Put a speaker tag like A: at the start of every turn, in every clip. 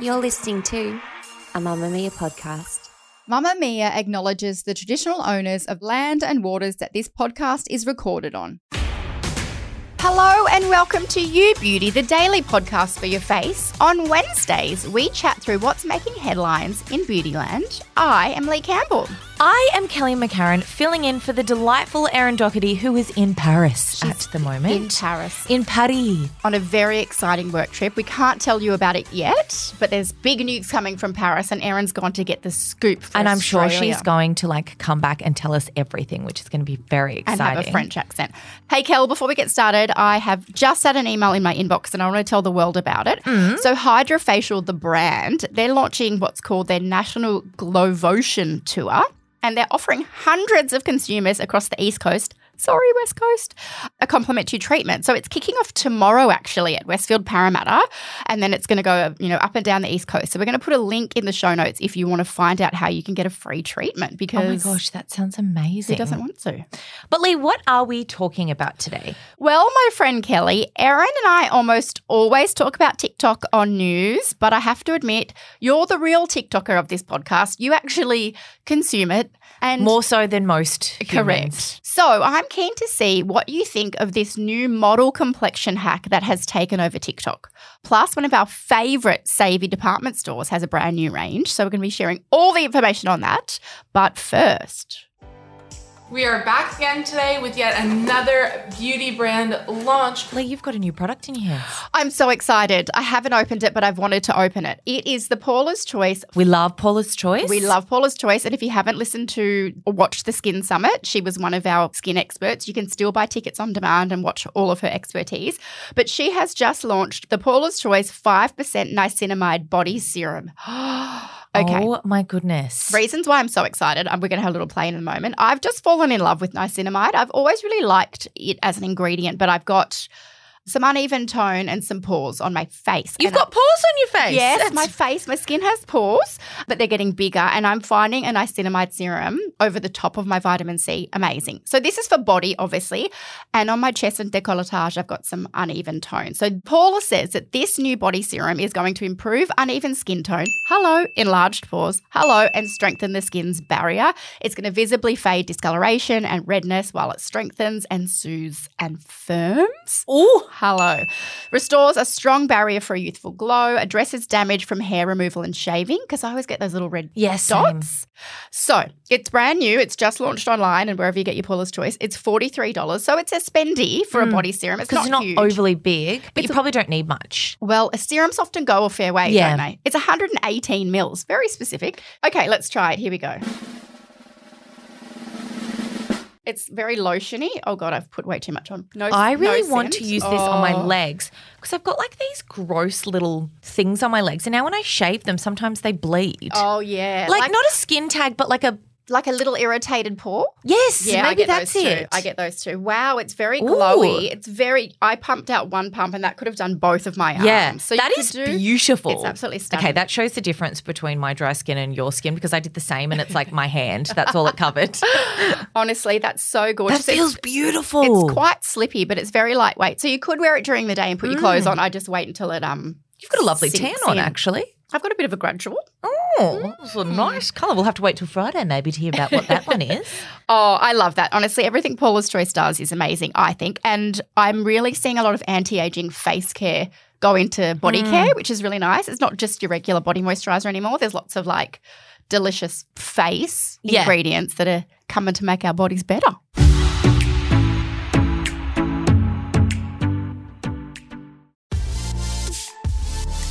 A: You're listening to a Mamma Mia podcast.
B: Mamma Mia acknowledges the traditional owners of land and waters that this podcast is recorded on. Hello and welcome to You Beauty, the daily podcast for your face. On Wednesdays, we chat through what's making headlines in Beautyland. I am Lee Campbell.
C: I am Kelly McCarran, filling in for the delightful Erin Doherty, who is in Paris at the moment.
B: in Paris.
C: In Paris.
B: On a very exciting work trip. We can't tell you about it yet, but there's big news coming from Paris, and Erin's gone to get the scoop. For
C: And I'm sure
B: Australia.
C: she's going to like come back and tell us everything, which is going to be very
B: and
C: exciting. Oh
B: have a French accent. Hey, Kel, before we get started, I have just had an email in my inbox and I want to tell the world about it.
C: Mm-hmm.
B: So, Hydrofacial, the brand, they're launching what's called their National Glovotion Tour, and they're offering hundreds of consumers across the East Coast. Sorry, West Coast, a complimentary treatment. So it's kicking off tomorrow, actually, at Westfield Parramatta, and then it's going to go, you know, up and down the East Coast. So we're going to put a link in the show notes if you want to find out how you can get a free treatment.
C: Oh my
B: Because
C: gosh, that sounds amazing.
B: who doesn't want to?
C: But Lee, what are we talking about today?
B: Well, my friend Kelly, Erin and I almost always talk about TikTok on news, but I have to admit, you're the real TikToker of this podcast. You actually consume it and
C: More so than most. humans.
B: correct. So I'm keen to see what you think of this new model complexion hack that has taken over TikTok. Plus, one of our favorite savvy department stores has a brand new range. So we're going to be sharing all the information on that. But first,
D: We are back again today with yet another beauty brand launch.
C: Lee, you've got a new product in your hands.
B: I'm so excited. I haven't opened it, but I've wanted to open it. It is the Paula's Choice
C: We love Paula's Choice.
B: We love Paula's Choice. And if you haven't listened to or watched the Skin Summit, she was one of our skin experts. You can still buy tickets on demand and watch all of her expertise. But she has just launched the Paula's Choice 5% Niacinamide Body Serum. okay.
C: Oh my goodness.
B: Reasons why I'm so excited, and we're going to have a little play in a moment. I've just fallen in love with niacinamide. I've always really liked it as an ingredient, but I've got some uneven tone and some pores on my face.
C: You've
B: And I-
C: got pores on your face.
B: Yes,
C: That's
B: my face, my skin has pores, but they're getting bigger, and I'm finding a niacinamide serum over the top of my vitamin C amazing. So this is for body, obviously, and on my chest and décolletage, I've got some uneven tone. So Paula says that this new body serum is going to improve uneven skin tone. Hello, enlarged pores. Hello, and strengthen the skin's barrier. It's going to visibly fade discoloration and redness while it strengthens and soothes and firms. Oh, hello. Restores a strong barrier for a youthful glow, addresses damage from hair removal and shaving, because I always get those little red
C: Yes, same.
B: dots. So it's brand new. It's just launched online and wherever you get your Paula's Choice. It's $43. So it's a spendy for a body serum. It's
C: Because
B: not,
C: Mm. it's not
B: huge.
C: overly big, but you probably don't need much.
B: Well, serums often go a fair way,
C: Yeah.
B: don't they? It's 118 mils, very specific. Okay, let's try it. Here we go. It's very lotiony. Oh god, I've put way too much on. No,
C: I really
B: no
C: want
B: scent.
C: to use this on my
B: Oh.
C: legs because I've got like these gross little things on my legs. And now when I shave them, sometimes they bleed.
B: Oh yeah,
C: like, not a skin tag, but like a.
B: like a little irritated pore.
C: Yes,
B: Yeah, I
C: maybe
B: get
C: that's
B: those
C: it.
B: Too. I get those too. Wow, it's very
C: Ooh.
B: glowy. It's very. I pumped out one pump, and that could have done both of my arms.
C: Yeah,
B: um, so
C: that
B: you could
C: is
B: do,
C: beautiful.
B: It's absolutely stunning.
C: Okay, that shows the difference between my dry skin and your skin because I did the same and it's like my hand. That's all it covered.
B: Honestly, that's so
C: that
B: gorgeous. It's-
C: feels beautiful.
B: It's quite slippy, but it's very lightweight. So you could wear it during the day and put your clothes on. I just wait until it um.
C: Mm. You've got a lovely tan
B: sinks in.
C: on, actually.
B: I've got a bit of a gradual.
C: Oh, that's
B: Hmm.
C: a nice colour. We'll have to wait till Friday maybe to hear about what that one is.
B: Oh, I love that. Honestly, everything Paula's Choice does is amazing, I think. And I'm really seeing a lot of anti-aging face care go into body
C: Mm.
B: care, which is really nice. It's not just your regular body moisturizer anymore. There's lots of like delicious face
C: Yeah.
B: ingredients that are coming to make our bodies better.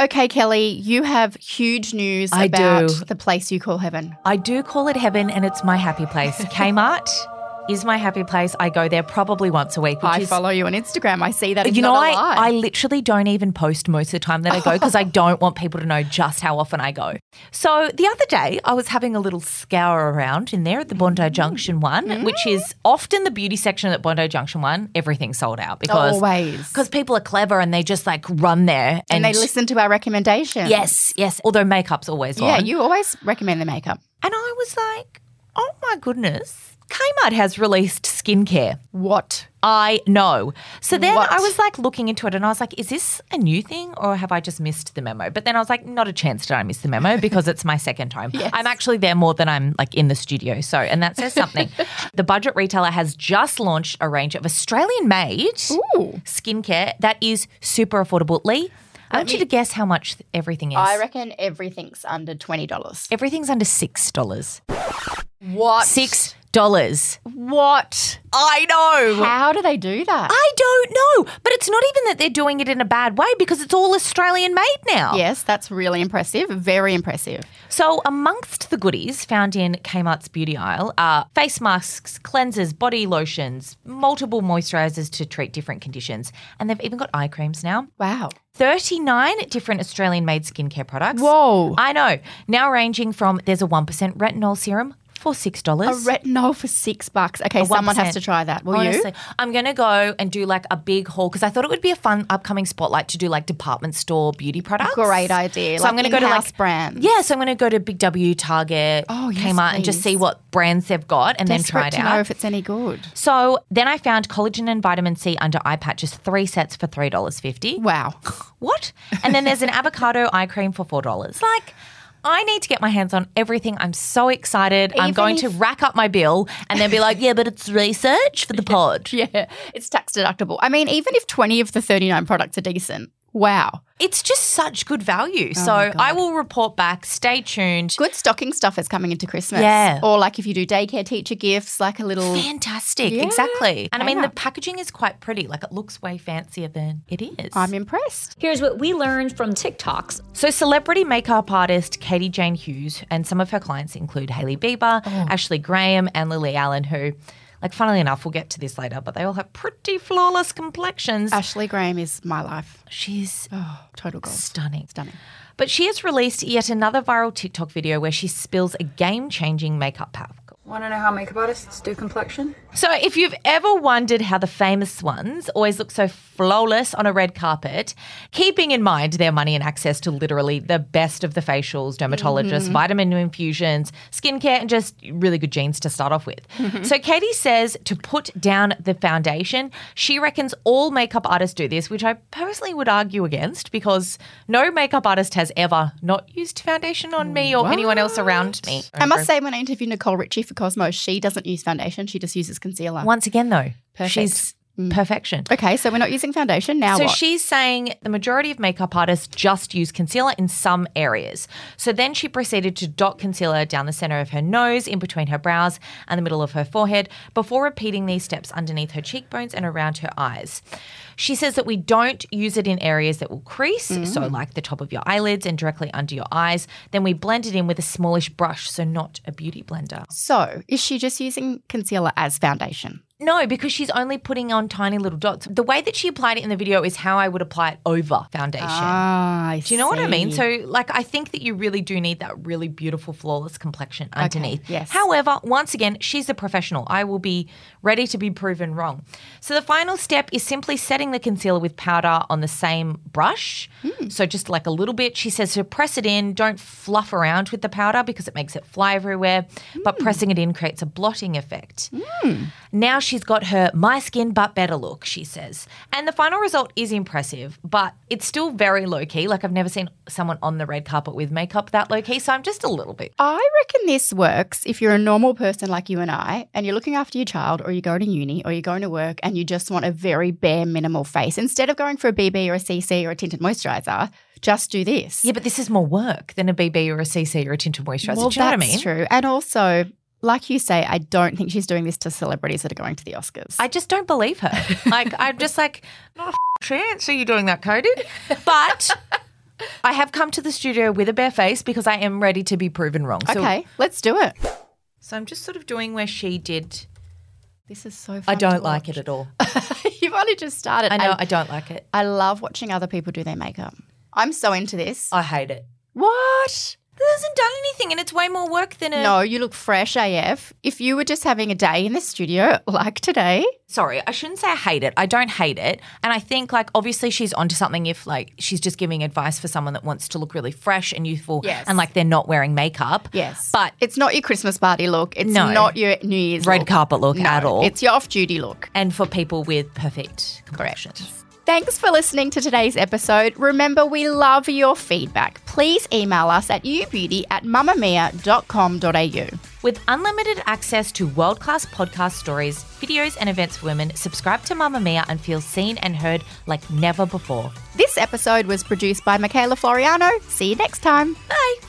B: Okay, Kelly, you have huge news
C: I
B: about
C: do.
B: the place you call heaven.
C: I do call it heaven and it's my happy place. Kmart is my happy place. I go there probably once a week. Which
B: I
C: is,
B: follow you on Instagram. I see that. It's
C: you know,
B: not a
C: I,
B: lie.
C: I literally don't even post most of the time that I go because I don't want people to know just how often I go. So the other day, I was having a little scour around in there at the Bondi
B: Mm.
C: Junction one, which is often the beauty section at Bondi Junction one. Everything's sold out because
B: Always.
C: because people are clever and they just like run there
B: and they listen to our recommendations.
C: Yes, yes. Although makeup's always
B: Yeah,
C: on.
B: you always recommend the makeup.
C: And I was like, oh my goodness, Kmart has released skincare.
B: What?
C: I know. So then
B: What?
C: I was like looking into it and I was like, is this a new thing or have I just missed the memo? But then I was like, not a chance did I miss the memo because it's my second time. I'm actually there more than I'm like in the studio. So, and that says something. the budget retailer has just launched a range of Australian made skincare that is super affordable. Lee, I want you to guess how much everything is.
B: I reckon everything's under twenty dollars.
C: Everything's under $6.
B: What?
C: $6.
B: What?
C: I know.
B: How do they do that?
C: I don't know. But it's not even that they're doing it in a bad way because it's all Australian made now.
B: yes, that's really impressive. Very impressive.
C: So, amongst the goodies found in Kmart's beauty aisle are face masks, cleansers, body lotions, multiple moisturizers to treat different conditions. And they've even got eye creams now.
B: Wow.
C: 39 different Australian made skincare products.
B: Whoa.
C: I know. Now ranging from there's a 1% retinol serum for $6.
B: A retinol for six bucks. Okay, someone has
C: 1%.
B: to try that. Will
C: Honestly,
B: you?
C: I'm going to go and do like a big haul because I thought it would be a fun upcoming spotlight to do like department store beauty products.
B: Great idea.
C: So
B: Like
C: I'm going to go to
B: in-house
C: like
B: brands.
C: Yeah, so I'm going to go to Big W, Target,
B: Oh, yes,
C: Kmart, and just
B: please.
C: see what brands they've got and then
B: Desperate
C: try it
B: to
C: out.
B: know if it's any good.
C: so then I found collagen and vitamin C under eye patches, three sets for three dollars fifty.
B: Wow.
C: What? And then there's an avocado eye cream for four dollars. Like. I need to get my hands on everything. I'm so excited. I'm
B: Even
C: going to
B: if-
C: rack up my bill and then be like, yeah, but it's research for the pod.
B: Yeah, it's tax deductible. I mean, even if 20 of the 39 products are decent, wow.
C: It's just such good value. so I will report back. Stay tuned.
B: Oh Good stocking stuff is coming into Christmas.
C: Yeah.
B: Or like if you do daycare teacher gifts, like a little.
C: Fantastic.
B: Yeah.
C: Exactly. And I mean,
B: Yeah.
C: the packaging is quite pretty. Like, it looks way fancier than it is.
B: I'm impressed.
E: Here's what we learned from TikToks.
C: so, celebrity makeup artist Katie Jane Hughes and some of her clients include Hailey Bieber,
B: Oh.
C: Ashley Graham, and Lily Allen, who, like, funnily enough, we'll get to this later, but they all have pretty flawless complexions.
B: Ashley Graham is my life.
C: She's
B: Uh, Oh, total gold.
C: stunning.
B: Stunning.
C: But she has released yet another viral TikTok video where she spills a game changing makeup pack.
F: Want to know how makeup artists do complexion?
C: So, if you've ever wondered how the famous ones always look so flawless on a red carpet, keeping in mind their money and access to literally the best of the facials, dermatologists,
B: Mm-hmm.
C: vitamin infusions, skincare, and just really good genes to start off with.
B: Mm-hmm.
C: So, Katie says to put down the foundation. She reckons all makeup artists do this, which I personally would argue against because no makeup artist has ever not used foundation on me or anyone else around me.
B: I must say, when I interviewed Nicole Ritchie for Cosmo, she doesn't use foundation, she just uses concealer.
C: Once again, though,
B: Perfect. Mm.
C: she's perfection.
B: Okay, so we're not using foundation now.
C: So
B: what?
C: she's saying the majority of makeup artists just use concealer in some areas. So then she proceeded to dot concealer down the center of her nose, in between her brows, and the middle of her forehead before repeating these steps underneath her cheekbones and around her eyes. She says that we don't use it in areas that will crease, so
B: Mm.
C: like the top of your eyelids and directly under your eyes. Then we blend it in with a smallish brush, so not a beauty blender.
B: so is she just using concealer as foundation?
C: No, because she's only putting on tiny little dots. The way that she applied it in the video is how I would apply it over foundation.
B: Ah, I
C: Do you know what I mean? So, like, I think that you really do need that really beautiful, flawless complexion underneath.
B: yes.
C: However, once again, she's a professional. I will be ready to be proven wrong. So, the final step is simply setting the concealer with powder on the same brush.
B: Hmm.
C: So, just like a little bit. She says to press it in, don't fluff around
B: Hmm.
C: with the powder because it makes it fly everywhere, but pressing it in creates a blotting effect. Now she's got her my skin but better look, she says. And the final result is impressive, but it's still very low key. Like I've never seen someone on the red carpet with makeup that low key, so I'm just a little bit.
B: I reckon this works if you're a normal person like you and I, and you're looking after your child, or you're going to uni, or you're going to work, and you just want a very bare minimal face. Instead of going for a BB or a CC or a tinted moisturizer, just do this.
C: Yeah, but this is more work than a BB or a CC or a tinted moisturizer.
B: well,
C: Do you know what I
B: that's
C: mean?
B: true. And also, like you say, I don't think she's doing this to celebrities that are going to the Oscars.
C: I just don't believe her. Like, I'm just like, not a f- chance are you doing that, coded? But I have come to the studio with a bare face because I am ready to be proven wrong. So,
B: okay, let's do it.
C: so I'm just sort of doing where she did.
B: This is so. Fun
C: I
B: to
C: don't like
B: watch.
C: it at all.
B: You've only just started.
C: I know
B: and
C: I don't like it.
B: I love watching other people do their makeup. I'm so into this.
C: I hate it. What? That hasn't done anything, and it's way more work than a.
B: No, you look fresh AF. If you were just having a day in the studio like today,
C: Sorry, I shouldn't say I hate it. I don't hate it. And I think, like, obviously she's onto something if, like, she's just giving advice for someone that wants to look really fresh and youthful
B: Yes.
C: and, like, they're not wearing makeup.
B: yes.
C: But
B: it's not your Christmas party look. It's
C: No.
B: not your New Year's
C: red
B: look.
C: carpet look
B: No,
C: at all.
B: It's your off duty look.
C: and for people with perfect complexions.
B: Thanks for listening to today's episode. Remember, we love your feedback. Please email us at youbeauty at mamamia.com.au.
C: With unlimited access to world class podcast stories, videos, and events for women, subscribe to Mamma Mia and feel seen and heard like never before.
B: This episode was produced by Michaela Floriano. See you next time.
C: Bye.